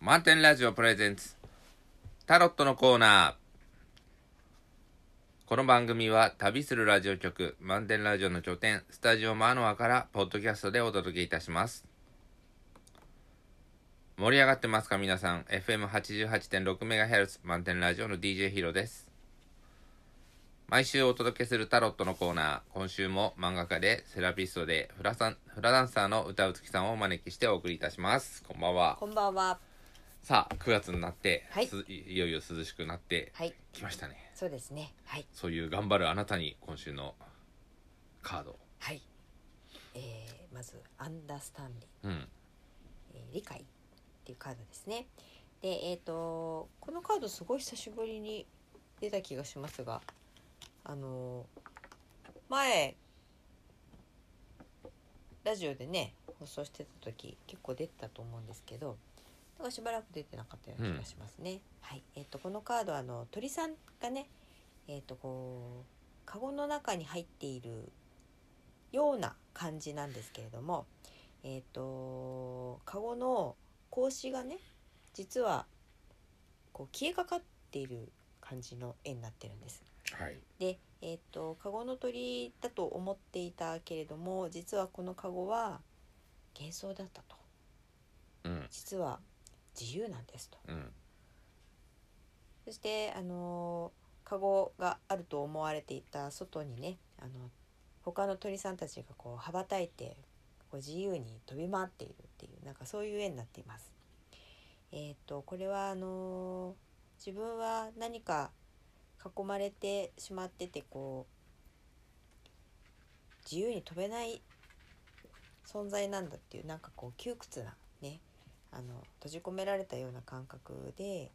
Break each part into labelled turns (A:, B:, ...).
A: 満点ラジオプレゼンツタロットのコーナーこの番組は旅するラジオ局満点ラジオの拠点スタジオマノアからポッドキャストでお届けいたします盛り上がってますか皆さん FM88.6MHz 満点ラジオの DJ ヒロです毎週お届けするタロットのコーナー今週も漫画家でセラピストでフラさんフラダンサーの歌うつきさんをお招きしてお送りいたしますこんばんは
B: こんばんは。
A: さあ9月になって、
B: はい
A: すいよいよ涼しくなって
B: はい、
A: きましたね
B: そうですね。はい、
A: そういう頑張るあなたに今週のカード
B: はい。えー、まず、アンダースタンディ、
A: うん
B: えー理解っていうカードですね。で、えっ、と、このカードすごい久しぶりに出た気がしますが、あのー前、ラジオでね、放送してた時、結構出てたと思うんですけど、なんかしばらく出てなかったような気がしますね。はい。えっ、と、このカードは、あの、鳥さんがね、えっ、と、こう、カゴの中に入っているような感じなんですけれども、えっ、とカゴの格子がね実はこう消えかかっている感じの絵になってるんです。
A: はい
B: で、えっとカゴの鳥だと思っていたけれども実はこのカゴは幻想だったと
A: うん
B: 実は自由なんですと。
A: うん
B: そしてあのカゴがあると思われていた外にねあの他の鳥さんたちがこう羽ばたいてこう自由に飛び回っているっていうなんかそういう絵になっています。えっとこれはあの自分は何か囲まれてしまっててこう自由に飛べない存在なんだっていうなんかこう窮屈なねあの閉じ込められたような感覚で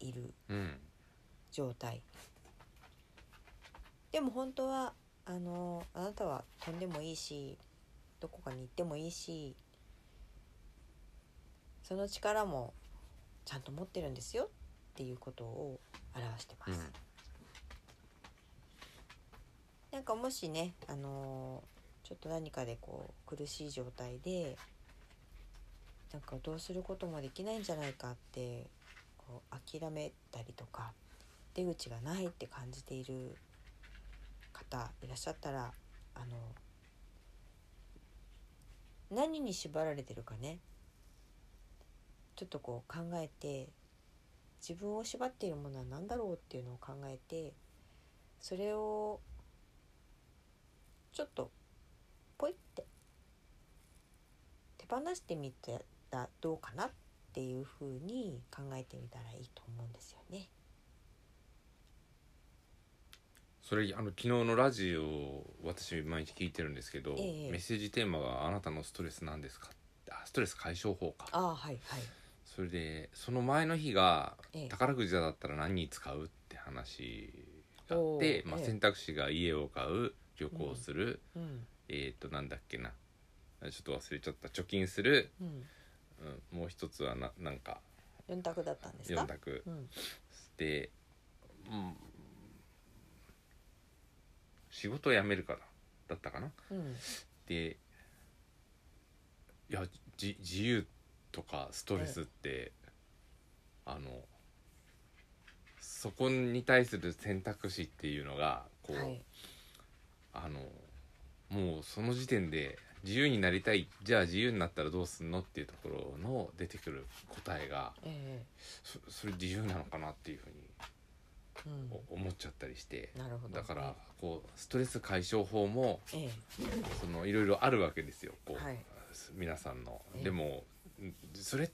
B: いる
A: うん
B: 状態でも本当はあのあなたは飛んでもいいしどこかに行ってもいいしその力もちゃんと持ってるんですよっていうことを表してます、
A: うん
B: なんかもしねあのちょっと何かでこう苦しい状態でなんかどうすることもできないんじゃないかってこう諦めたりとか出口がないって感じている方いらっしゃったらあの何に縛られてるかねちょっとこう考えて自分を縛っているものは何だろうっていうのを考えてそれをちょっとポイって手放してみてらどうかなっていうふうに考えてみたらいいと思うんですよね。
A: それあの昨日のラジオ私毎日聞いてるんですけど、
B: ええ
A: メッセージテーマが「あなたのストレスなんですか?」あストレス解消法か
B: ああはいはい。
A: それでその前の日が
B: ええ
A: 宝くじだったら何に使うって話があって、
B: おー
A: まあ、
B: ええ
A: 選択肢が家を買う旅行する、
B: うん
A: えっ、ー、となんだっけなちょっと忘れちゃった貯金する、
B: うん。
A: うん、もう一つはななんか
B: 四択だったんですか。
A: 4択
B: うん
A: で、うん、仕事を辞めるからだったかな
B: うん
A: でいやじ自由とかストレスって、あのそこに対する選択肢っていうのがこう、
B: はい
A: あのもうその時点で自由になりたいじゃあ自由になったらどうすんのっていうところの出てくる答えが
B: え
A: そそれ自由なのかなっていうふうに
B: えうん
A: お思っちゃったりして
B: なるほど。
A: だからこうストレス解消法も
B: ええ
A: そのいろいろあるわけですよこう、
B: はい
A: 皆さんの
B: ええ
A: でもんそれっ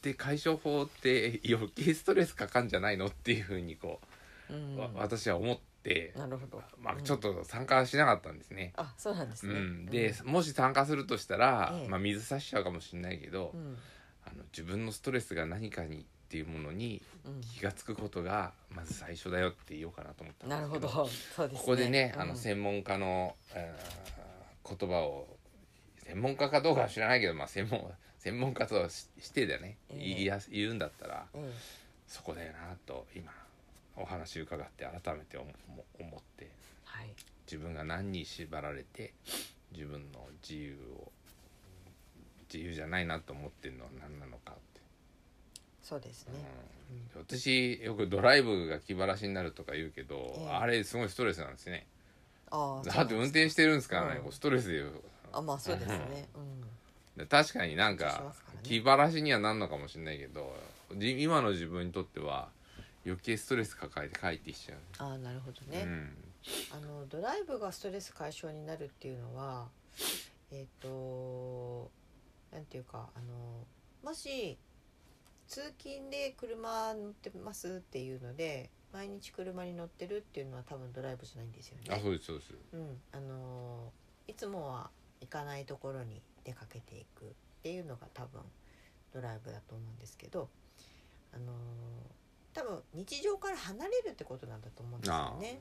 A: て解消法って余計ストレスかかんじゃないのっていうふうにこ
B: うん
A: う、わ私は思って、
B: なるほど。
A: ま
B: う
A: あ、
B: ん
A: ちょっ。と参加はしなかったんですね、
B: あそうなんです
A: う
B: ね。
A: ん、で、もし参加するとしたら、
B: ええ
A: まあ、水差しちゃうかもしれないけど、
B: うん
A: あの自分のストレスが何かにっていうものに
B: うん
A: 気が付くことがまず最初だよって言おうかなと思ったんで
B: なる
A: すけ
B: ほど。そうですね。
A: ここでね、
B: うん
A: あの専門家の、えー言葉を専門家かどうかは知らないけど、まあ、専門 専門家とししてだね、
B: ええ
A: 言いや言うんだったら
B: ええ
A: そこだよなと今お話伺って改めて思思って
B: はい。
A: 自分が何に縛られて自分の自由を自由じゃないなと思ってるのは何なのか
B: そうですね、
A: うん私よくドライブが気晴らしになるとか言うけど、
B: ええ
A: あれすごいストレスなんですね
B: ああ
A: だって運転しててるんですからね、
B: うん
A: こうストレスで言う
B: あまあそうですねう
A: で
B: ん
A: 確かになん
B: し
A: か
B: ますからね
A: 気晴らしにはなんのかもしれないけどじ今の自分にとっては余計ストレス抱えて帰ってきちゃう
B: ああなるほど
A: う
B: ね、
A: ん
B: あのドライブがストレス解消になるっていうのはえっ、となんていうかあのもし通勤で車乗ってますっていうので毎日車に乗ってるっていうのは多分ドライブじゃないんですよね。
A: あそうですそうです
B: うん、あのーいつもは行かないところに出かけていくっていうのが多分ドライブだと思うんですけど、あのー多分日常から離れるってことなんだと思うんですよね。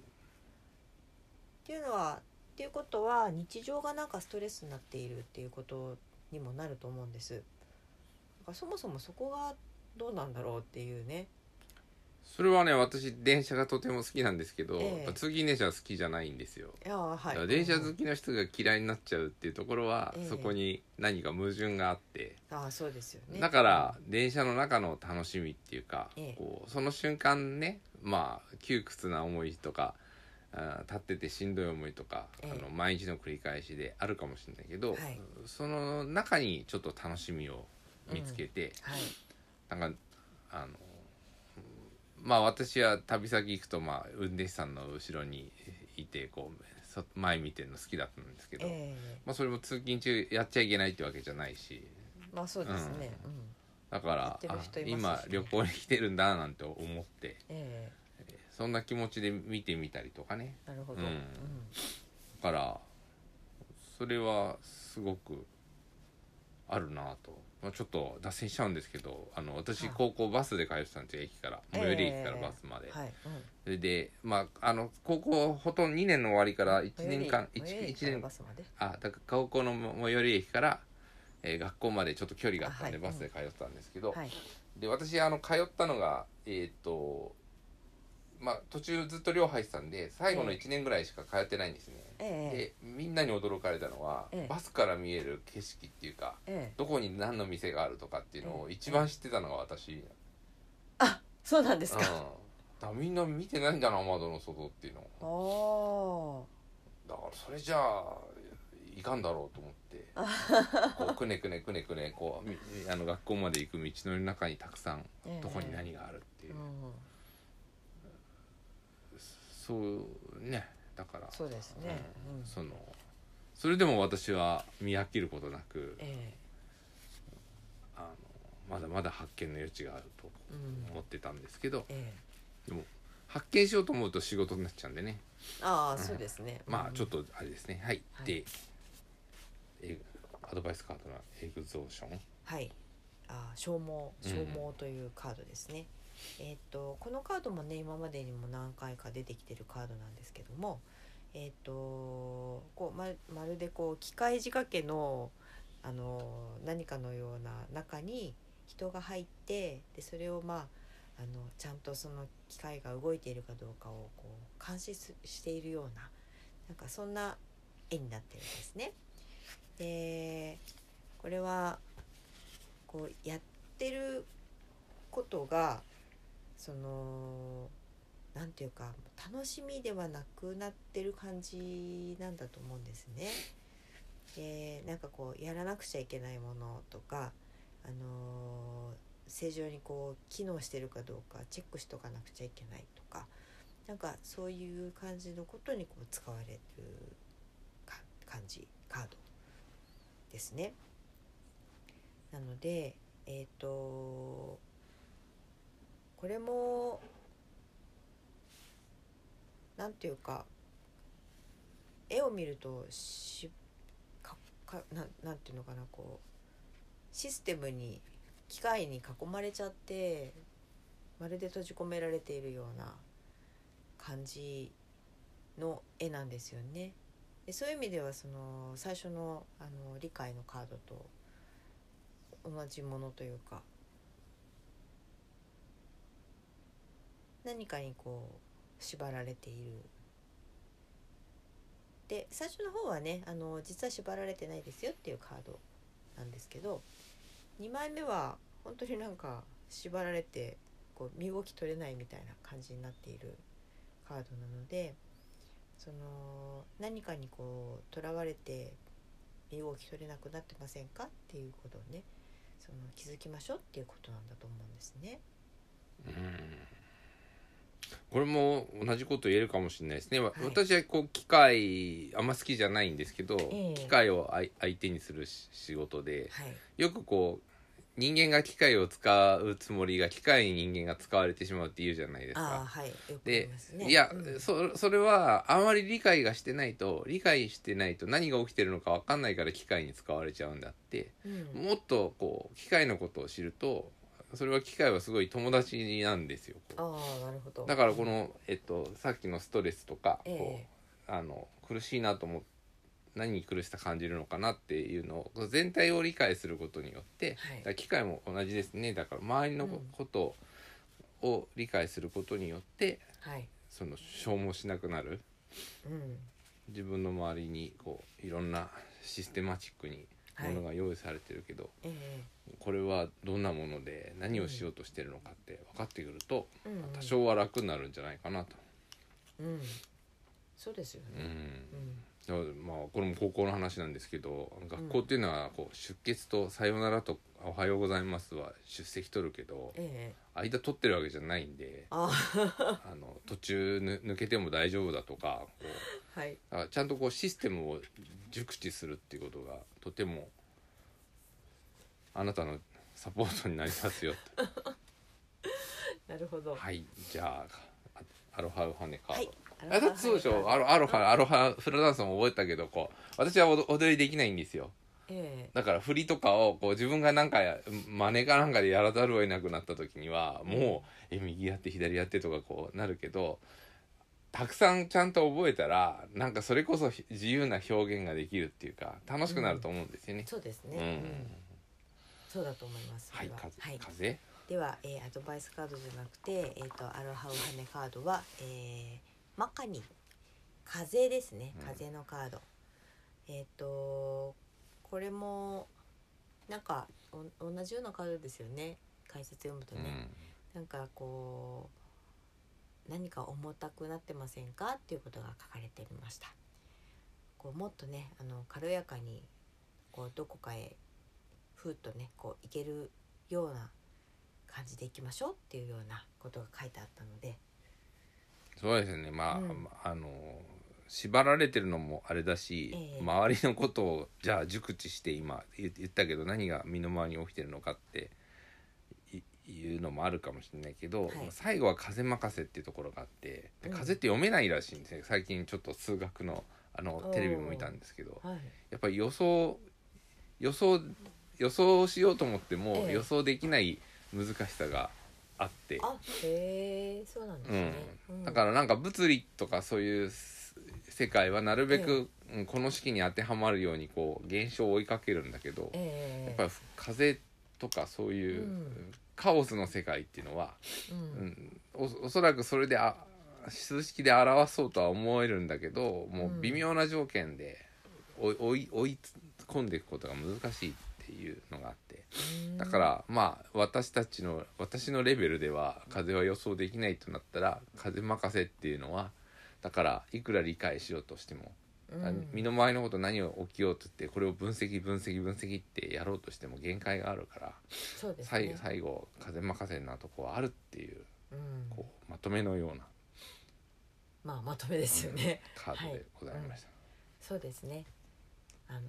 B: っていうのはっていうことは日常がなんかストレスになっているっていうことにもなると思うんです。だからそもそもそこがどうなんだろうっていうね。
A: それはね私電車がとても好きなんですけど、
B: ええ
A: やっぱ通勤電車は好きじゃないんですよ、
B: いやー
A: だか
B: は
A: ら
B: い。
A: 電車好きの人が嫌いになっちゃうっていうところは、
B: ええ
A: そこに何か矛盾があって、
B: ああそうですよね。
A: だから電車の中の楽しみっていうか、
B: ええ
A: こうその瞬間ねまあ窮屈な思いとかあー立っててしんどい思いとか、
B: ええ
A: あの毎日の繰り返しであるかもしれないけど、
B: はい
A: その中にちょっと楽しみを見つけて、
B: はい。
A: なんかあのうんまあ私は旅先行くと、まあ、運転手さんの後ろにいてこうそ前見てるの好きだったんですけど、
B: え
A: まあ、それも通勤中やっちゃいけないってわけじゃないし
B: えまあそうですね。うん
A: だから、
B: やってる
A: あ
B: 人いま
A: 今
B: すしね
A: 旅行に来てるんだなんて思って
B: え
A: そんな気持ちで見てみたりとかね
B: えなるほど、
A: うんだからそれはすごくあるなぁと、まあ、ちょっと脱線しちゃうんですけどあの私
B: はい
A: 高校バスで通ってたんですよ駅から
B: ええ
A: 最寄り駅からバスまで。
B: はい、
A: それでまああの高校ほとんど2年の終わりから1
B: うん、
A: 年間
B: 最寄り
A: 1,
B: 駅から
A: 年
B: バスまで
A: あだから高校の最寄り駅から、えー学校までちょっと距離があったんで、
B: あは
A: バ
B: い
A: スで通ってたんですけど、
B: はい
A: で私あの通ったのがえーっとまあ途中ずっと寮入ってたんで最後の
B: ええ
A: 1年ぐらいしか通ってないんですね、
B: ええ
A: でみんなに驚かれたのは、
B: ええ
A: バスから見える景色っていうか
B: ええ
A: どこに何の店があるとかっていうのを
B: ええ
A: 一番知ってたのが私、うん、
B: あそうなんです
A: だ
B: か、
A: からみんな見てないんだな窓の外っていうの
B: おお
A: だからそれじゃあいかんだろうと思って こうくねくねくねくねこうみあの学校まで行く道の中にたくさん
B: ー、ええ
A: どこに何があるっていう
B: う、ん、
A: そうねだから
B: そうですね、
A: う
B: うんん
A: そのそれでも私は見飽きることなく
B: え
A: あのまだまだ発見の余地があると
B: えうん
A: 思ってたんですけど
B: え
A: でも発見しようと思うと仕事になっちゃうんでね
B: えああそうですね、
A: まあ
B: うん
A: ちょっとあれですねはい、
B: はい
A: でえアドバイスカードのエグゾーション
B: はいあー消
A: う
B: 耗
A: ん
B: 消耗というカードですね、えーっとこのカードもね今までにも何回か出てきてるカードなんですけどもえーっとこうままるでこう機械仕掛けのあのー何かのような中に人が入ってでそれをまああのちゃんとその機械が動いているかどうかをこう監視すしているようななんかそんな絵になってるんですね。でこれはこうやってることがそのなんていうか楽しみではなくなってる感じなんだと思うんですね。でなんかこうやらなくちゃいけないものとか、あの正常にこう機能してるかどうかチェックしとかなくちゃいけないとかなんかそういう感じのことにこう使われるか感じカードですね。なのでえっ、とこれもなんていうか絵を見るとしかかなんなんていうのかなこうシステムに機械に囲まれちゃってまるで閉じ込められているような感じの絵なんですよね。でそういう意味ではその最初のあの理解のカードと同じものというか何かにこう縛られているで最初の方はねあの実は縛られてないですよっていうカードなんですけど2枚目は本当になんか縛られてこう身動き取れないみたいな感じになっているカードなのでその何かにこうとらわれて身動き取れなくなってませんかっていうことをねその気づきましょうっていうことなんだと思うんですね。
A: うんこれも同じこと言えるかもしれないですね、わ
B: い
A: 私はこう機械あんま好きじゃないんですけど、
B: ええ
A: 機械をあい相手にするし仕事で
B: はい、
A: よくこう人間が機械を使うつもりが機械に人間が使われてしまうって言うじゃないです
B: ああ
A: か。
B: はいよく言い
A: で
B: ますね。
A: いや、
B: うん
A: そそれはあまり理解がしてないと理解してないと何が起きてるのか分かんないから機械に使われちゃうんだって、
B: うん
A: もっとこう機械のことを知るとそれは機械はすごい友達なんですよ。こう
B: ああなるほど。
A: だからこの、えっと、さっきのストレスとか、
B: ええ
A: こうあの苦しいなと思って何に苦しさ感じるのかなっていうのをこう全体を理解することによって、
B: はい
A: だから機会も同じですねだから周りの
B: うん
A: ことを理解することによって、
B: はい、
A: その消耗しなくなる
B: うん、
A: 自分の周りにこういろんなシステマチックに
B: は
A: も
B: い
A: のが用意されてるけど、
B: ええ
A: これはどんなもので何をしようとしてるのかって分かってくると、
B: うんうん
A: 多少は楽になるんじゃないかなと。
B: うん、そうですよ
A: う
B: ね。
A: ん
B: うん、
A: だからまあこれも高校の話なんですけど学校っていうのはこう出血と「さよなら」と「おはようございます」は出席取るけど
B: ええ
A: 間取ってるわけじゃないんで
B: あ
A: あの途中ぬ抜けても大丈夫だとかこう
B: あ はい、
A: だからちゃんとこうシステムを熟知するっていうことがとてもあなたのサポートになりますよ と
B: なるほど。
A: はいじゃああアロハウハネカード。
B: はい。
A: あだってそうでしょアロアロハアロハフラダンスも覚えたけどこう私は踊踊りできないんですよ
B: ええ
A: だから振りとかをこう自分がなんかや真似かなんかでやらざるを得なくなった時にはもうえ右やって左やってとかこうなるけどたくさんちゃんと覚えたらなんかそれこそひ自由な表現ができるっていうか楽しくなると思うんですよね。
B: そうです
A: うん
B: ね。うんそうだと思います。
A: はい、
B: それ
A: か
B: はい。
A: 風
B: では、えー、アドバイスカードじゃなくて、えっ、とアロハウハネカードは、えー、マカニ風ですね
A: うん。
B: 風のカード。えっ、とこれもなんかお同じようなカードですよね。解説読むと
A: う
B: ね。
A: ん
B: なんかこう何か重たくなってませんかっていうことが書かれてみましたこうもっとねあの軽やかにこうどこかへふーっとねこう行けるような感じで行きましょうっていうようなことが書いてあったので
A: そうですねまあ、
B: うん
A: あの縛られてるのもあれだし、
B: ええ
A: 周りのことをじゃあ熟知して今言言ったけど何が身の回りに起きてるのかっていいうのもあるかもしれないけど、
B: はい
A: 最後は風任せっていうところがあってで
B: うん
A: 風って読めないらしいんですね最近ちょっと数学のあの
B: おー
A: テレビも見たんですけど
B: はい
A: やっぱり予想予想予想しようと思っても
B: ええ
A: 予想できない難しさがあって。
B: あへえそうなんですね、
A: うん、だからなんか物理とかそういうす世界はなるべく、うんこの式に当てはまるようにこう現象を追いかけるんだけど、
B: ええ
A: やっぱりふ風とかそういう、
B: うん
A: カオスの世界っていうのは、
B: う
A: うんん、おおそらくそれであ数式で表そうとは思えるんだけどもう微妙な条件で追い追い追い込んでいくことが難しいっていうのがあって。
B: うん
A: だからまあ私たちの私のレベルでは風は予想できないとなったら風任せっていうのはだからいくら理解しようとしても、
B: うん
A: 身の回りのこと何を起きようとってこれを分析分析分析ってやろうとしても限界があるから、
B: そうです
A: 最
B: ね、
A: 最後風任せなとこはあるっていう
B: うん、
A: こうまとめのような
B: まあまとめですよね
A: カードでございました。
B: そうですね。あのー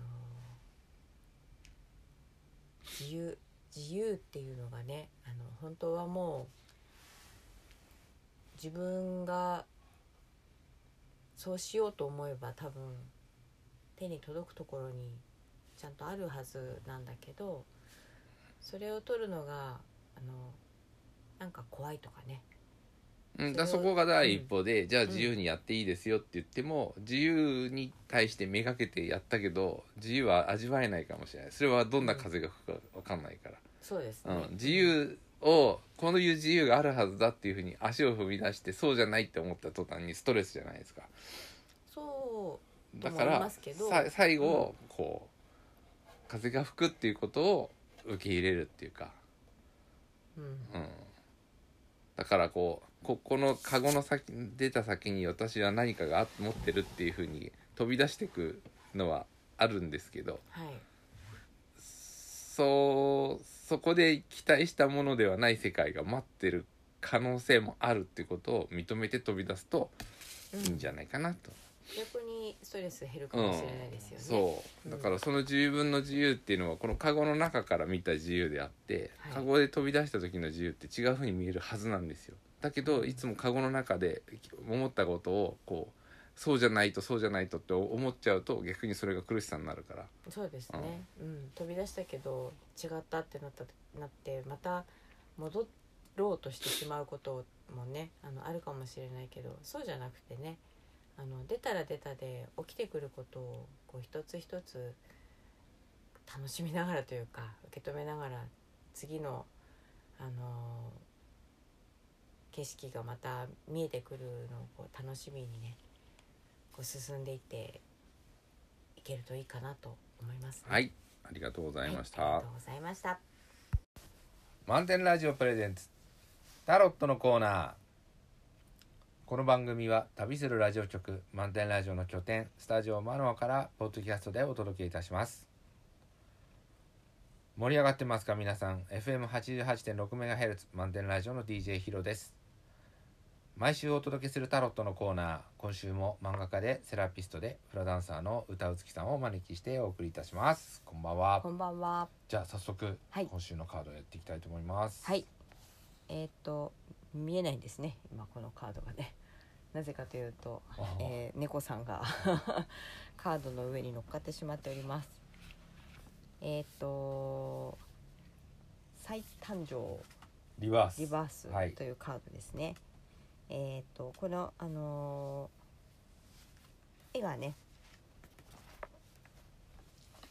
B: 自由自由っていうのがね、あの本当はもう自分がそうしようと思えば多分手に届くところにちゃんとあるはずなんだけど、それを取るのがあのなんか怖いとかね。
A: うん、だ
B: そ
A: そ
B: れを
A: こが第一歩で、じゃあ自由にやっていいですよって言っても、自由に対してめがけてやったけど自由は味わえないかもしれないそれはどんな風が吹くか分かんないか
B: そうです
A: ら、
B: ね。
A: うん、自由をこういう自由があるはずだっていうふうに足を踏み出してそうじゃないって思った途端にストレスじゃないですか
B: そ
A: だ
B: と
A: か
B: も思い
A: ら
B: ますけど
A: さ最後、こう風が吹くっていうことを受け入れるっていうか
B: うう
A: う
B: ん
A: ん、だからこうここのカゴの先出た先に私は何かがあ持ってるっていうふうに飛び出してくのはあるんですけど
B: はい
A: そうそこで期待したものではない世界が待ってる可能性もあるってことを認めて飛び出すと
B: うん
A: いいんじゃないかなと、
B: 逆にストレス減るか
A: うん
B: もしれないですよね、
A: そうだからその自分の自由っていうのはこのカゴの中から見た自由であって、
B: はい
A: カゴで飛び出した時の自由って違う風に見えるはずなんですよだけどいつもカゴの中で思ったことをこうそうじゃないとそうじゃないとって思っちゃうと逆にそれが苦しさになるから
B: そうですね、うん飛び出したけど違ったってなったなってまた戻ろうとしてしまうこともねあのあるかもしれないけどそうじゃなくてねあの出たら出たで起きてくることをこう一つ一つ楽しみながらというか受け止めながら次の、あの景色がまた見えてくるのをこう楽しみにねこう進んでいっていけるといいかなと思いますね、
A: はいありがとうございました、
B: はいありがとうございました。
A: 満点ラジオプレゼンツタロットのコーナーこの番組は旅するラジオ局満点ラジオの拠点スタジオマノアからポッドキャストでお届けいたします盛り上がってますか皆さん FM88.6MHz 満点ラジオの DJ ヒロです毎週お届けするタロットのコーナー今週も漫画家でセラピストでフラダンサーの歌うつきさんをお招きしてお送りいたしますこんばんは
B: こんばんは。
A: じゃあ早速、
B: はい
A: 今週のカードをやっていきたいと思います。
B: はい。えーっと見えないんですね。今このカードがね。なぜかというと、
A: あ
B: えー猫さんが カードの上に乗っかってしまっております。えーっと再誕生
A: リバース。
B: リバース
A: はい
B: というカードですね。えーっとこのあのー絵がね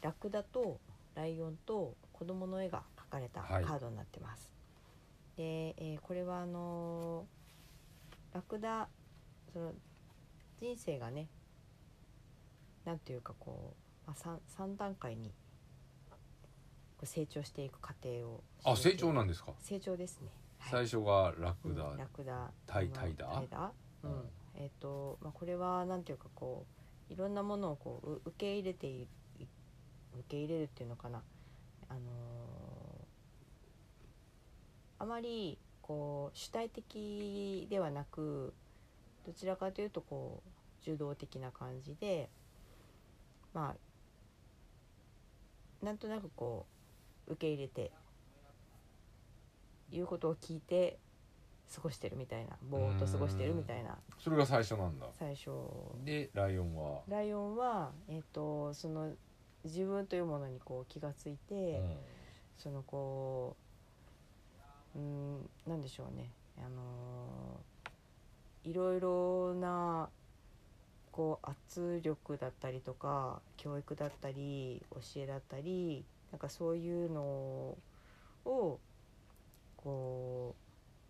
B: ラクダとライオンと子供の絵が描かれたカ
A: はい
B: ードになってます。で、えーこれはあのーラクダその人生がねなんていうかこう、まあ、3, 三段階にこう成長していく過程を
A: あ、成長なんんですか。
B: 成長ですね。はい
A: 最初がラクダ。
B: うんラクダ
A: タイ
B: まあ
A: タイダ
B: う
A: うん
B: ん、えっ、とまあこれはなんていうかこういろんなものをこうう受け入れていい受け入れるっていうのかなあのーあまりこう主体的ではなくどちらかというとこう受動的な感じでまあなんとなくこう受け入れて言うことを聞いて過ごしてるみたいなぼーっと過ごしてるみたいな
A: それが最初なんだ。
B: 最初
A: で、ライオンは。
B: ライオンは、えっとその自分というものにこう気がついて、
A: うん
B: そのこううんなんでしょうねあのーいろいろなこう圧力だったりとか教育だったり教えだったりなんかそういうのをこ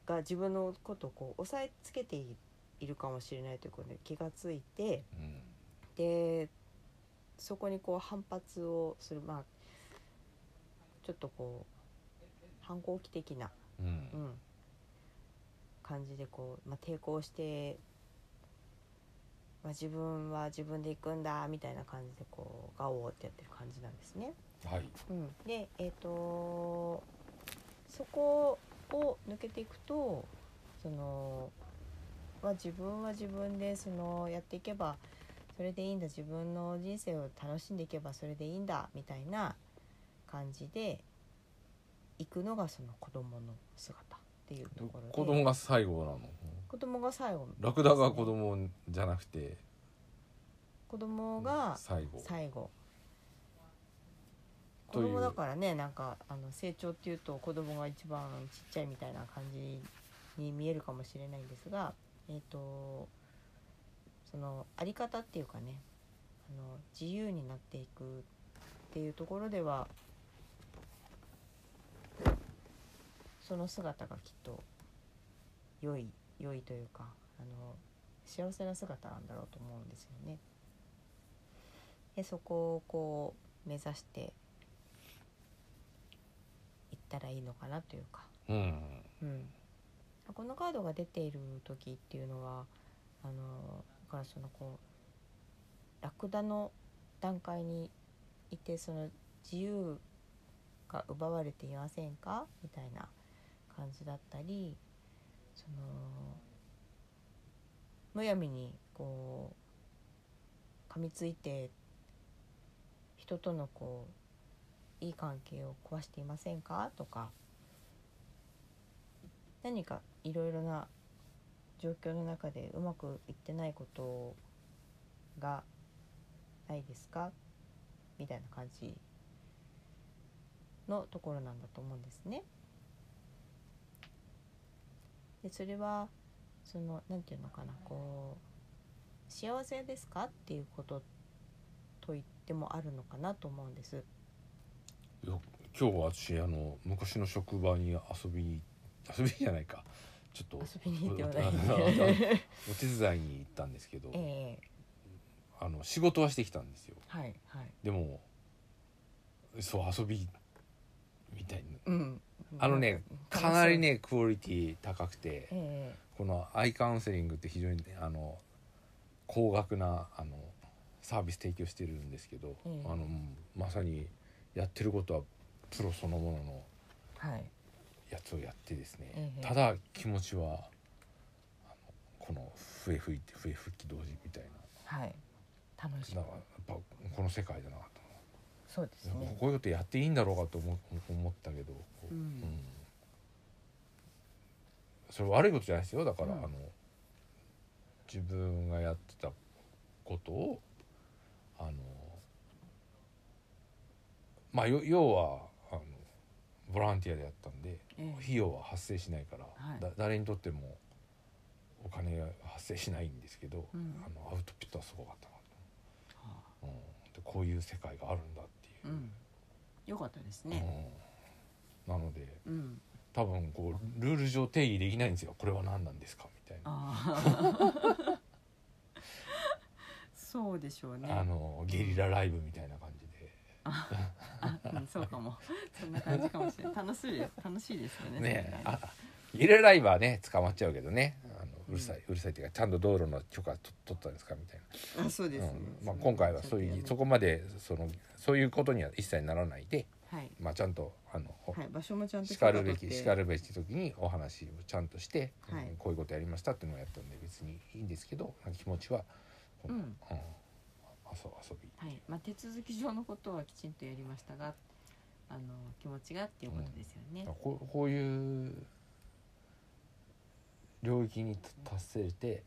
B: うが自分のことをこう抑えつけていいるかもしれないということで気がついて。
A: うん。
B: でそこにこう反発をするまあちょっとこう反抗期的な、
A: う。
B: うんん、感じでこう、まあ、抵抗して、まあ、自分は自分で行くんだみたいな感じでこうガオーってやってる感じなんですね。
A: はい。
B: うん、でえっ、とそこを抜けていくとその、まあ、自分は自分でそのやっていけばそれでいいんだ自分の人生を楽しんでいけばそれでいいんだみたいな感じで行くのがその子供の姿っていうところで
A: 子供が最後なの。
B: 子供が最後
A: ラクダが子供じゃなくて。
B: 子供が
A: 最後。
B: 最後
A: とい
B: 子
A: う
B: 供だからねなんかあの成長っていうと子供が一番ちっちゃいみたいな感じに見えるかもしれないんですがえっ、とそのあり方っていうかねあの自由になっていくっていうところではその姿がきっと良い良いというかあの幸せな姿なんだろうと思うんですよね。でそこをこう目指していったらいいのかなというか
C: うん
B: うん、このカードが出ている時っていうのはあのだからそのこうラクダの段階にいてその自由が奪われていませんかみたいな感じだったりそのむやみにこう噛みついて人とのこういい関係を壊していませんかとか何かいろいろな状況の中でうまくいってないことがないですかみたいな感じのところなんだと思うんですね。でそれはそのなんていうのかなこう幸せですかっていうことと言ってもあるのかなと思うんです。
A: いや今日は私あの昔の職場に遊びに遊びじゃないかちょっと
B: 遊びに行っても
A: あ
B: ない。
A: の お手伝いに行ったんですけど、
B: ええ
A: あの仕事はしてきたんですよ
B: はいはい。
A: でもそう遊びみたいな
B: うん。
A: あのね
B: 楽しそう
A: かなり。ねクオリティ高くて
B: ええ
A: このアイカウンセリングって非常にねあの高額なあのサービス提供してるんですけど、
B: うん
A: あのうんまさにやってることはプロそのものの
B: はい。
A: やつをやってですね、
B: うん
A: ただ気持ちはあのこの笛吹いて笛吹き同時みたい
B: はい。楽しい
A: ななん。かやっぱこの世界だなと
B: そうです
A: 思う、
B: ね。
A: こういうことやっていいんだろうかと思思ったけど、こう
B: うん
A: うんそれ悪いことじゃないですよだから、
B: うん
A: あの自分がやってたことをあのまあよ要はあのボランティアでやったんで、
B: ええ
A: 費用は発生しないから、
B: はい
A: だ誰にとってもお金が発生しないんですけど、
B: うん
A: あのアウトプットはすごかったなと、うん、でこういう世界があるんだって
B: う
A: い
B: ん。よかったです
A: う、
B: ね。
A: うんなので
B: うん。
A: 多分こうルール上定義できないんですよこれは何なんですかみたいな
B: ああ。そうでしょうね。
A: あのゲリラライブみたいな感じで
B: あうんそうかも。そんな感じかもしれない。楽しいです。楽しいですよね。
A: ね
B: それが
A: あゲリラライブはね捕まっちゃうけどねあのうるさい、うるさいっていうかちゃんと道路の許可取取ったんですかみたいな。
B: あ、そうですね。
A: うんまあ、今回はそういうそこまでそのそういうことには一切ならないで、
B: はい。
A: まあ、ちゃんとあの、
B: はい。場所もちゃんと
A: し
B: 許可
A: か
B: 取
A: る
B: っ
A: べ
B: て。
A: きしかるべき時にお話をちゃんとして、
B: はい
A: うんこういうことやりましたっていうのをやったんで別にいいんですけど気持ちはこ
B: う
A: の、うん
B: ん。
A: 遊遊び
B: はい。まあ手続き上のことはきちんとやりましたが、あの気持ちがっていうことですよね。
A: こうこういう領域に達せて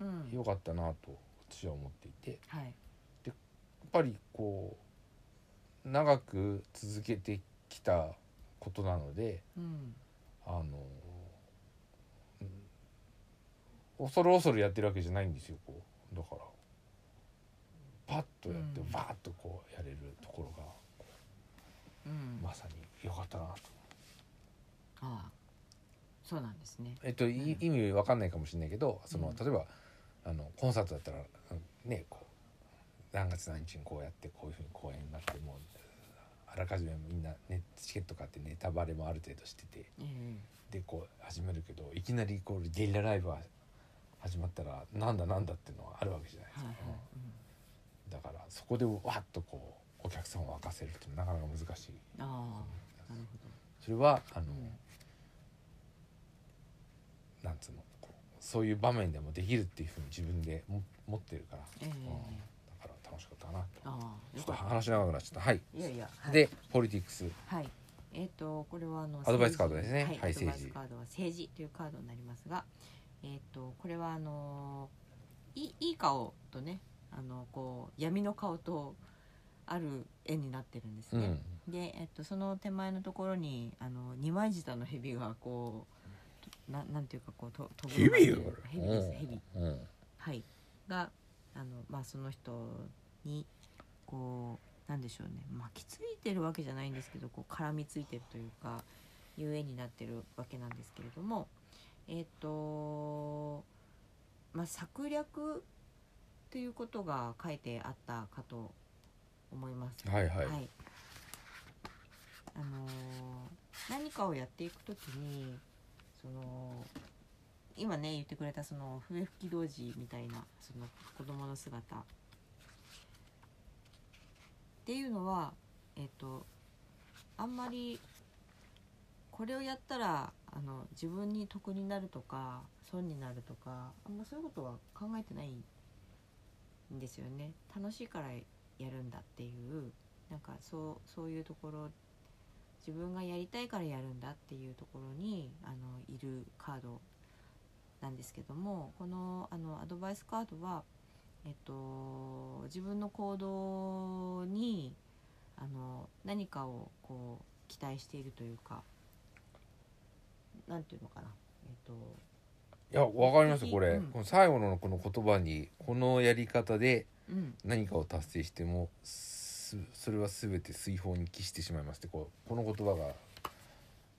B: うん。
A: よかったなと私は思っていてやっ
B: はい。
A: ぱりこう長く続けてきたことなので
B: うん。
A: あの、うん、恐る恐るやってるわけじゃないんですよこうだからパッとやって
B: うん
A: バーッとこうやれるところが、
B: うん。
A: まさに良かったなと。
B: ああそうなんですね。
A: えっと、い意味わかんないかもしれないけどその、
B: うん
A: 例えばあのコンサートだったらうんねこう何月何日にこうやってこういうふうに公演になってもうあらかじめみんな、ね、チケット買ってネタバレもある程度してて
B: ええ
A: でこう始めるけどいきなりこうゲリラライブが始まったらなんだなんだっていうのはあるわけじゃないです
B: はい
A: か
B: はい、
A: うんだからそこでわっとこうお客さんを沸かせるってなかなか難しい
B: うん、ああなる
A: それはあの、
B: うん
A: なんつうのこうそういう場面でもできるっていうふうに自分でも持ってるから、
B: ええ
A: うんだから楽しかったな
B: ほどああ
A: ちょ
B: よ
A: っと
B: かっ
A: 話長くなっちゃったはい、
B: たいやいや、はい、
A: でポリティクス
B: はいえっ、とこれはあの
A: アドバイスカードですね
B: はい、
A: はい
B: アドバイス
A: 政治
B: カードは政治というカードになりますがえっ、とこれはあのいいいい顔とねあのこう闇の顔とある絵になってるんです
A: う
B: ね、
A: ん
B: で、えっと、その手前のところにあの二枚舌の蛇がこうななんていうかこうと飛ぶ
A: 蛇よ
B: 蛇です蛇
A: うんうん
B: はい、があの、まあ、その人にこうなんでしょうね巻きついてるわけじゃないんですけどこう絡みついてるというかいう絵になってるわけなんですけれどもえっ、とまあ策略ということが書いてあったかと思います。
A: はいはい
B: はいあのー何かをやっていくときにその今ね言ってくれたその笛吹き童子みたいなその子供の姿っていうのはえっ、とあんまりこれをやったらあの自分に得になるとか損になるとかあんまそういうことは考えてないんですよね楽しいからやるんだっていうなんかそうそういうところ自分がやりたいからやるんだっていうところにあのいるカードなんですけどもこのあのアドバイスカードは、えっと、自分の行動にあの何かをこう期待しているというかなんていうのかな、えっと、
A: いやわかりますよこれ、
B: うん
A: この最後のこの言葉にこのやり方で
B: うん、
A: 何かを達成してもすそれは全て水泡に帰してしまいますってこうこの言葉が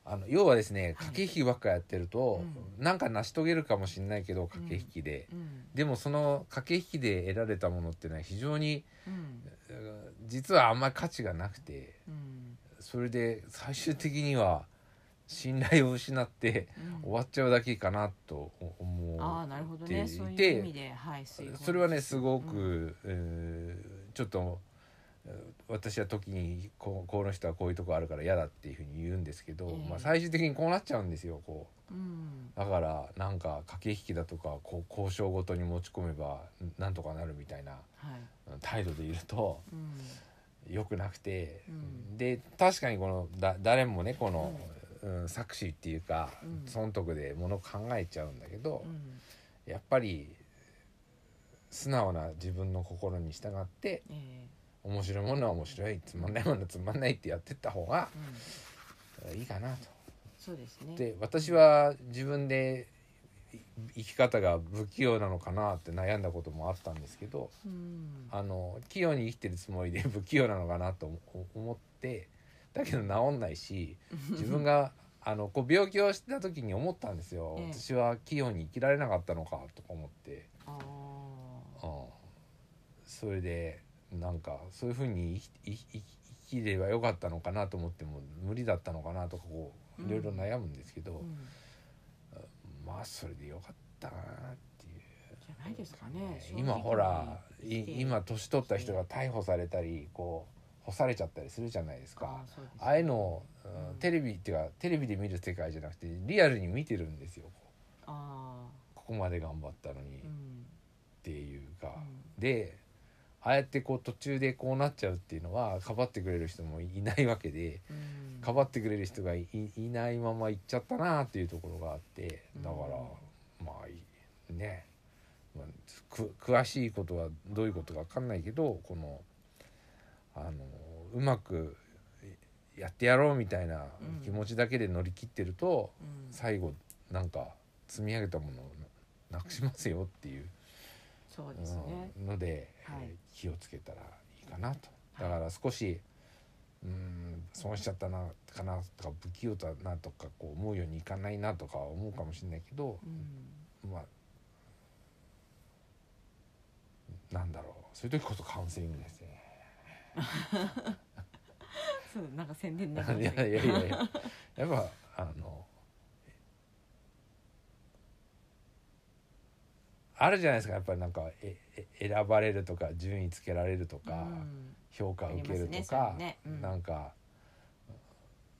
A: あの要はですね
B: はい
A: 駆け引きばっかやってると、
B: う
A: なんか成し遂げるかもしれないけど駆け引きで、
B: うん、
A: でもその駆け引きで得られたものっていうのは非常に
B: うん、
A: えー実はあんまり価値がなくて
B: うん、
A: それで最終的には信頼を失って
B: うん
A: 終わっちゃうだけかなと思う。
B: ああなるほど
A: で
B: ね
A: いて
B: そういう意味ではい水泡
A: それはねすご
B: うん
A: く、えーちょっとえー私は時にこうこの人はこういうとこあるから嫌だっていうふうに言うんですけど、
B: ええ
A: まあ、最終的にこうなっちゃうんですよこ
B: うん
A: うだからなんか駆け引きだとかこう交渉ごとに持ち込めばんなんとかなるみたいな
B: はい
A: うん態度でいると
B: うん
A: 良くなくて、
B: うん
A: で確かにこのだ誰もねこの、うん、作詞っていうか、
B: うん
A: 損得でものを考えちゃうんだけど、
B: うん
A: やっぱり素直な自分の心に従って
B: え
A: 面白いものは面白いつまんないものはつまんないってやってった方が
B: えうん
A: えーいいかなと。
B: そうですね
A: で私は自分でい生き方が不器用なのかなって悩んだこともあったんですけど
B: うん
A: あの器用に生きてるつもりで 不器用なのかなと思思ってだけど治んないし自分があのこう病気をしてた時に思ったんですよ
B: ええ
A: 私は器用に生きられなかったのかとか思って。
B: あ
A: う
B: あ
A: ん、それでなんかそういうふうに生き生き生きればよかったのかなと思っても無理だったのかなとかこう
B: うん
A: いろいろ悩むんですけど、
B: うん
A: まあそれでよかったなっていう、
B: じゃないですかね
A: 今ほらい
B: 正直に
A: 今年取った人が逮捕されたりこう干されちゃったりするじゃないですか
B: あ。そうですね
A: ああいうのを、うん
B: うん
A: テレビっていうかテレビで見る世界じゃなくてリアルに見てるんですよ
B: あ
A: ここまで頑張ったのにっ
B: ーうん
A: ていうか。
B: うん
A: でああやってこう途中でこうなっちゃうっていうのはかばってくれる人もいないわけで
B: うん
A: かばってくれる人がいいないまま行っちゃったなっていうところがあってだからまあいいね、まあ、く詳しいことはどういうことか分かんないけどこのあのうまくやってやろうみたいな気持ちだけで乗り切ってると、
B: うん
A: 最後なんか積み上げたものをななくしますよっていう。
B: そうですね
A: うんので、
B: はい
A: えー気をつけたらいいかなと
B: は
A: だ
B: い
A: から少しうーん損しちゃったなかなとか不器用だなとかこう思うようにいかないなとか思うかもしれないけど
B: う、ん
A: まあなんだろうそういう時こそカウンセリングですね。
B: そうなんか宣伝に
A: いや
B: な りま
A: い
B: したけ
A: や
B: ど
A: いやいややっぱあのあるじゃないですかやっぱりなんかええ選ばれるとか順位つけられるとか、
B: うん
A: 評価を受けると
B: あ
A: か、
B: りますねそれねうん
A: なんか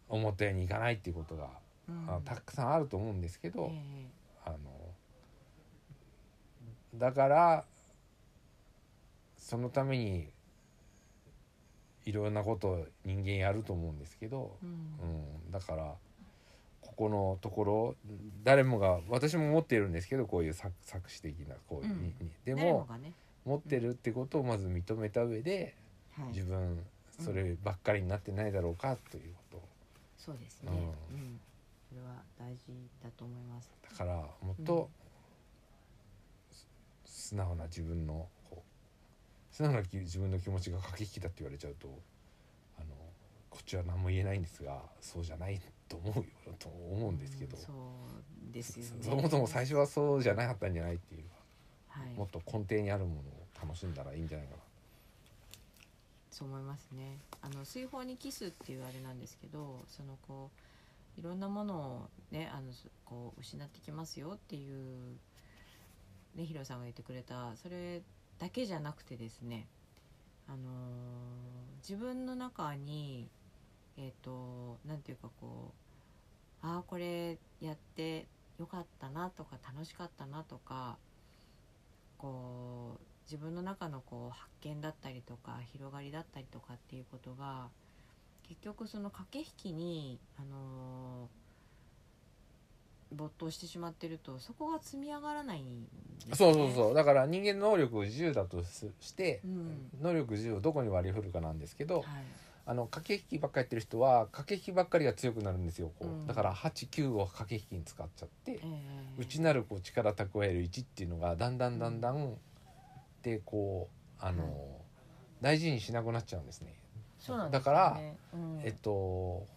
A: 思ったようにいかないっていうことが、
B: うん
A: あたくさんあると思うんですけど、
B: え
A: あのだからそのためにいろんなことを人間やると思うんですけど
B: え、うん
A: うん、だからここのところ誰もが私も持っているんですけどこういう作作詞的なこう、
B: うん
A: ににで
B: 誰も
A: も
B: がね
A: 持ってるってことをまず認めた上で
B: はい
A: 自分そればっかりになってないだろうかということ
B: そうですね、
A: う
B: うんそれは大事だと思います
A: だからもっとす素直な自分のこう素直なき自分の気持ちが駆け引きだって言われちゃうとあのこっちは何も言えないんですがそうじゃないと思うよと思うんですけど、
B: うんそうですよね
A: そもそも最初はそうじゃなかったんじゃないっていう
B: はい
A: もっと根底にあるものを楽しんだらいいんじゃないか
B: そう思いますねあの水泡にキスっていうあれなんですけどそのこういろんなものをねあのすこう失ってきますよっていう、ね、ヒロさんが言ってくれたそれだけじゃなくてですね、あのー自分の中にえっ、となんていうかこうああこれやってよかったなとか楽しかったなとかこう自分の中のこう発見だったりとか広がりだったりとかっていうことが結局その駆け引きに、あのー没頭してしまってるとそこが積み上がらないんです
A: そ
B: よ
A: う
B: ね
A: そうそうだから人間能力を10だとすして、
B: うん
A: 能力10をどこに割り振るかなんですけど、
B: はい
A: あの駆け引きばっかりやってる人は駆け引きばっかりが強くなるんですよこう、
B: うん
A: だから89を駆け引きに使っちゃって、
B: ええ
A: 内なるこう力蓄える1っていうのがだんだんだんだんでこうあの、
B: うん
A: 大事にしなくなっちゃうんですね。
B: そうなんで
A: だ
B: す
A: か
B: よ
A: ら
B: ねうん
A: えっと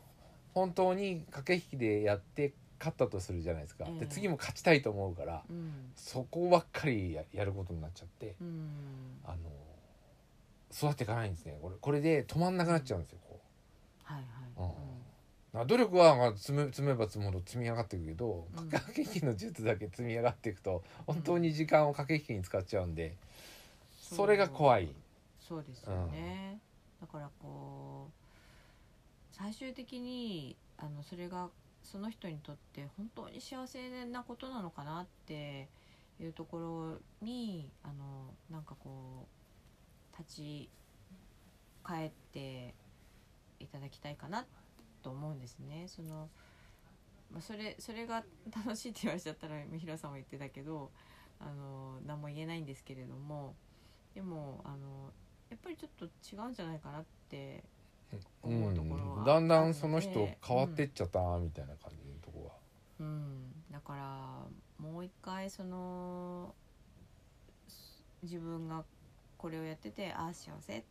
A: 本当に駆け引きでやって勝ったとするじゃないですか、
B: う
A: で
B: ん
A: 次も勝ちたいと思うから
B: うん
A: そこばっかりややることになっちゃって
B: うん
A: あの育っていかないんですねこれこれで止まんなくなっちゃうんですよこ
B: はいはい、
A: う、うんだから努力はまあ積む積めば積むほど積み上がっていくけど、
B: うん
A: 駆け引きの術だけ積み上がっていくと本当に時間を駆け引きに使っちゃうんで、それが怖い。
B: そうですよね、だからこう最終的にあのそれがその人にとって本当に幸せなことなのかなっていうところにあのなんかこう立ち返っていただきたいかなと思うんですね。そのまあ、それそれが楽しいって言われちゃったら三平さんも言ってたけどあの何も言えないんですけれどもでもあのやっぱりちょっと違うんじゃないかなって思うところは、
A: うんだんだんその人変わっ
B: うん
A: てっちゃったなみたいな感じのとこ
B: うん、だからもう一回そのす自分がこれをやっててああ幸せ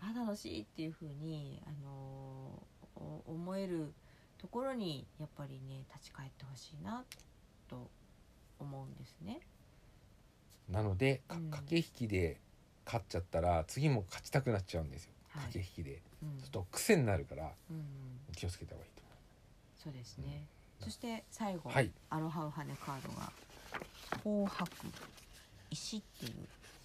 B: ああ楽しいっていうふうに、あのーお思えるところにやっぱりね立ち返ってほしいなと思うんですね。
A: はなのでか
B: うん
A: 駆け引きで勝っちゃったら次も勝ちたくなっちゃうんですよ
B: は
A: 駆け
B: い、
A: 引きで
B: うん
A: ちょっと癖になるから
B: うん、
A: 気をつけた方がいいと思
B: そうですね。そして最後、
A: うはい
B: アロハウハネカードが「紅白石」っていう、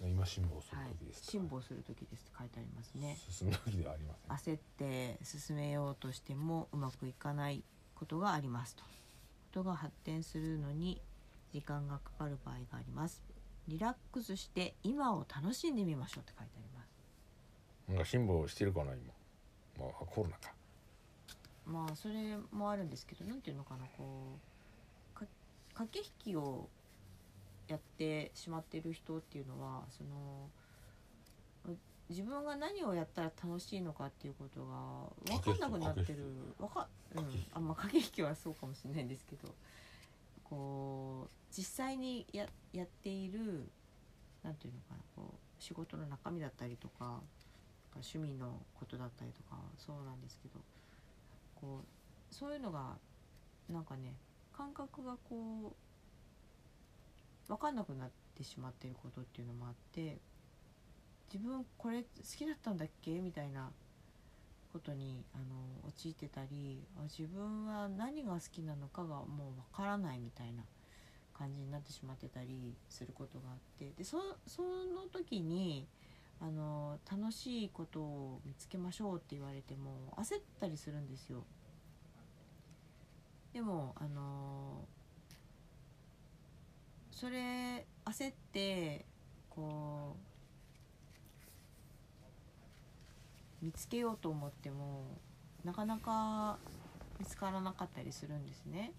A: 今辛抱する
B: はい
A: 時です、
B: 辛抱する時ですって書いてありますね。
A: 進む時ではありません
B: 焦って進めようとしてもうまくいかないことがありますとことが発展するのに時間がかかる場合がありますリラックスして今を楽しんでみましょうって書いてあります
A: なんか辛抱してるかな今まあコロナか
B: まあそれもあるんですけどなんていうのかなこうか駆け引きをやってしまっている人っていうのはそのう自分が何をやったら楽しいのかっていうことが分かんなくなってるわか、う
A: 駆け
B: ん
A: 引き、
B: あんまあ駆け引きはそうかもしれないんですけどこう実際にややっているなんていうのかなこう仕事の中身だったりとか趣味のことだったりとかそうなんですけどこうそういうのがなんかね感覚がこう分かんなくなってしまっていることっていうのもあって自分これ好きだったんだっけみたいなことにあの陥ってたりあ自分は何が好きなのかがもう分からないみたいな感じになってしまってたりすることがあってでそその時にあの楽しいことを見つけましょうって言われても焦ったりするんですよ。でもあのそれ焦ってこう見つけようと思ってもなかなか見つからなかったりするんですね。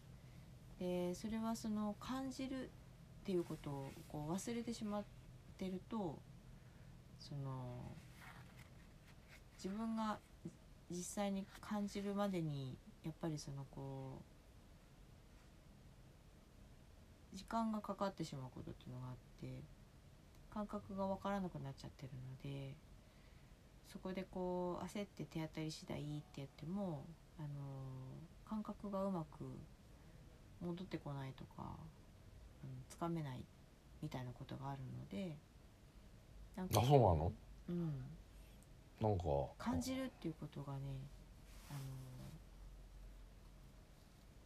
B: でそれはその感じるっていうことをこう忘れてしまってるとその自分が実際に感じるまでにやっぱりそのこう時間がかかってしまうことっていうのがあって感覚が分からなくなっちゃってるのでそこでこう焦って手当たり次第ってやってもあの感覚がうまく戻ってこないとか、うん、つかめないみたいなことがあるのでなん
A: あそうなの
B: うん
A: なんか
B: 感じるっていうことがねあの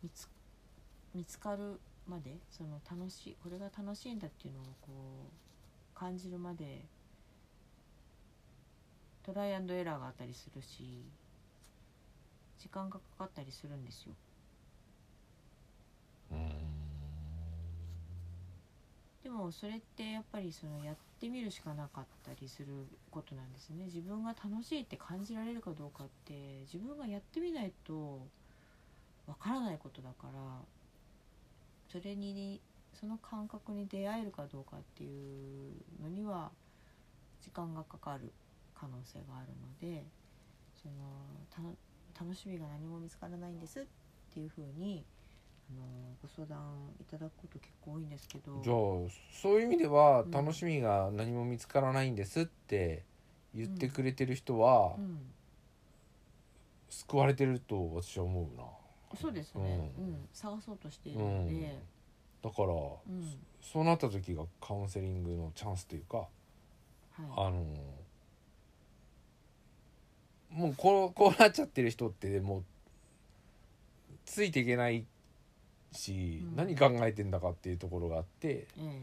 B: 見つ見つかるまでその楽しいこれが楽しいんだっていうのをこう感じるまでトライアンドエラーがあったりするし時間がかかったりするんですよ。でもそれってやっぱりそのやってみるしかなかったりすることなんですね自分が楽しいって感じられるかどうかって自分がやってみないとわからないことだからそれにその感覚に出会えるかどうかっていうのには時間がかかる可能性があるのでそのたの楽しみが何も見つからないんですっていうふうにあのご相談いただくこと結構多いんですけど
A: じゃあそういう意味では
B: うん
A: 楽しみが何も見つからないんですって言ってくれてる人は
B: うん、
A: 救われてると私は思うな。
B: そうですね、
A: う
B: うんん探そうとしているので、
A: だから、
B: うん
A: そうなった時がカウンセリングのチャンスというか、
B: はい、
A: あのもうこうこうなっちゃってる人ってもうついていけないし、
B: うん
A: 何考えてんだかっていうところがあって
B: ええ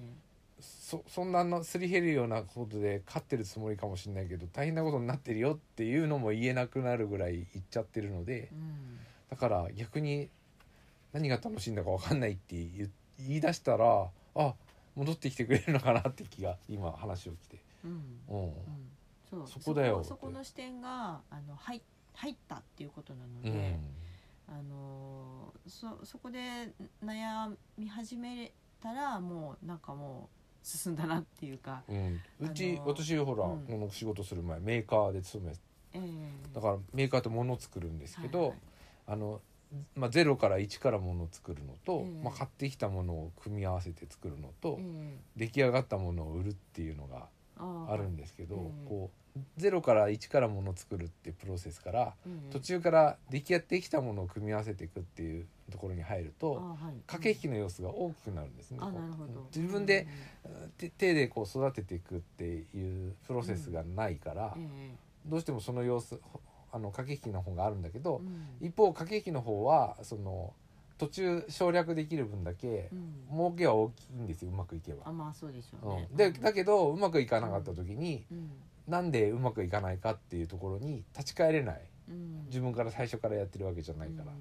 A: そそんなのすり減るようなことで勝ってるつもりかもしれないけど大変なことになってるよっていうのも言えなくなるぐらい言っちゃってるので
B: うん
A: だから逆に何が楽しいんだか分かんないって言言い出したらあ戻ってきてくれるのかなって気が今話を聞いて。
B: うん
A: うん
B: うんそう
A: そこだよ
B: そこそこの視点があの入入ったっていうことなの
A: う
B: で、
A: ん
B: あのーそそこで悩み始めたらもうなんかもう進んだなっていうか、
A: うん、うち
B: あの
A: 私ほら、
B: うん
A: この仕事する前メーカーで勤めて
B: ええ
A: だからメーカーって物を作るんですけど、
B: はいはい
A: あの、まあ、0から1から物を作るのと、
B: うん
A: まあ、買ってきたものを組み合わせて作るのと、
B: ええ
A: 出来上がったものを売るっていうのが
B: ああ
A: あるんですけど、
B: うん
A: こう0から1から物を作るってプロセスから
B: ええ
A: 途中から出来上がってきたものを組み合わせていくっていうところに入る
B: あ
A: と。
B: はい
A: 駆け引きの様子が大きくなるんですね。
B: あなるほど
A: 自分で、て手でこう育てていくっていうプロセスがないから、
B: うんえ
A: どうしてもその様子ほあの駆け引きの方があるんだけ
B: え
A: ど
B: う、ん
A: 一方駆け引きの方はその途中省略できる分だけ
B: うん
A: 儲けは大きいんですようまくいけば
B: あ。まあそうでしょう
A: う
B: ね、
A: ん、でだけどうまくいかなかった時に、
B: うん
A: なんでうまくいかないかっていうところに立ち返れない
B: うん、
A: 自分から最初からやってるわけじゃないから、
B: うん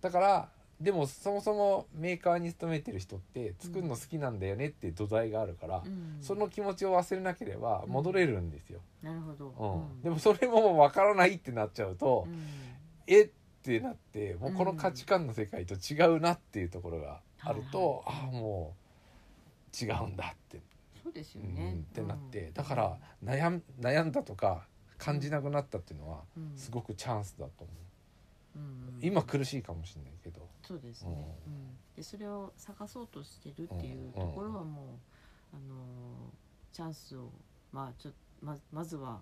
A: だからでもそもそもメーカーに勤めてる人って作るの好きなんだよねっていう土台があるから、
B: うんうんうん
A: その気持ちを忘れなければ戻れるんですよ、
B: なるほど、
A: うん
B: うん
A: でもそれも分からないってなっちゃうと、
B: うん
A: えってなってもうこの価値観の世界と違うなっていうところがあると、ああもう違うんだって、
B: そうですよ
A: う
B: ね、
A: んってなって、
B: うん
A: だから悩ん悩んだとか感じなくなったっていうのは
B: うん
A: すごくチャンスだと思
B: うん
A: う、今苦しいかもしれないけど、
B: そうですね、うんでそれを探そうとしてるっていうところはもう、あのーチャンスを、まあ、ちょままずは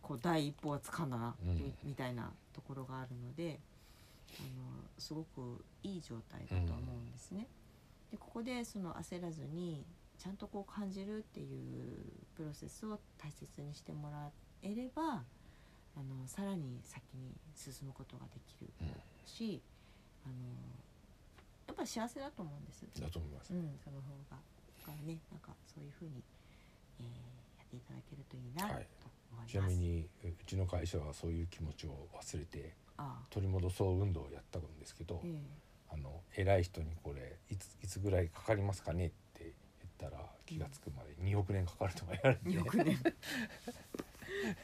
B: こう第一歩はつかんだな、
A: うん
B: みみたいなところがあるので、あのーすごくいい状態だと思うんですね。でここでその焦らずにちゃんとこう感じるっていうプロセスを大切にしてもらえればあのさらに先に進むことができるし、あのやっぱ幸せだと思うんです。
A: だと思います
B: う。ん、その方がだからねなんかそういうふうに、えーやっていただけるといいなと
A: はい
B: 思います。
A: ちなみにうちの会社はそういう気持ちを忘れて
B: ああ、
A: 取り戻そう運動をやったんですけど、
B: え
A: あの偉い人にこれいついつぐらいかかりますかねって言ったら気が付くまで2億年かかるとか言わ
B: え、
A: れ
B: よ
A: て。
B: くね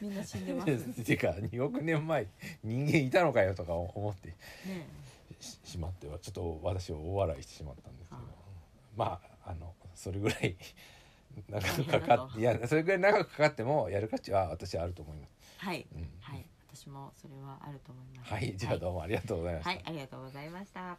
B: みんな死んでます。ね
A: てか2億年前人間いたのかよとか思って
B: え、
A: ししまってはちょっと私を大笑いしてしまったんですけど
B: あ
A: まああのそれぐらい長くかかっていやそれぐらい長くかかってもやる価値は私はあると思います。
B: はい、
A: うん
B: はい、私もそれはあると思います。
A: はい、じゃあどうもありがとうございました。
B: はい、ありがとうございました。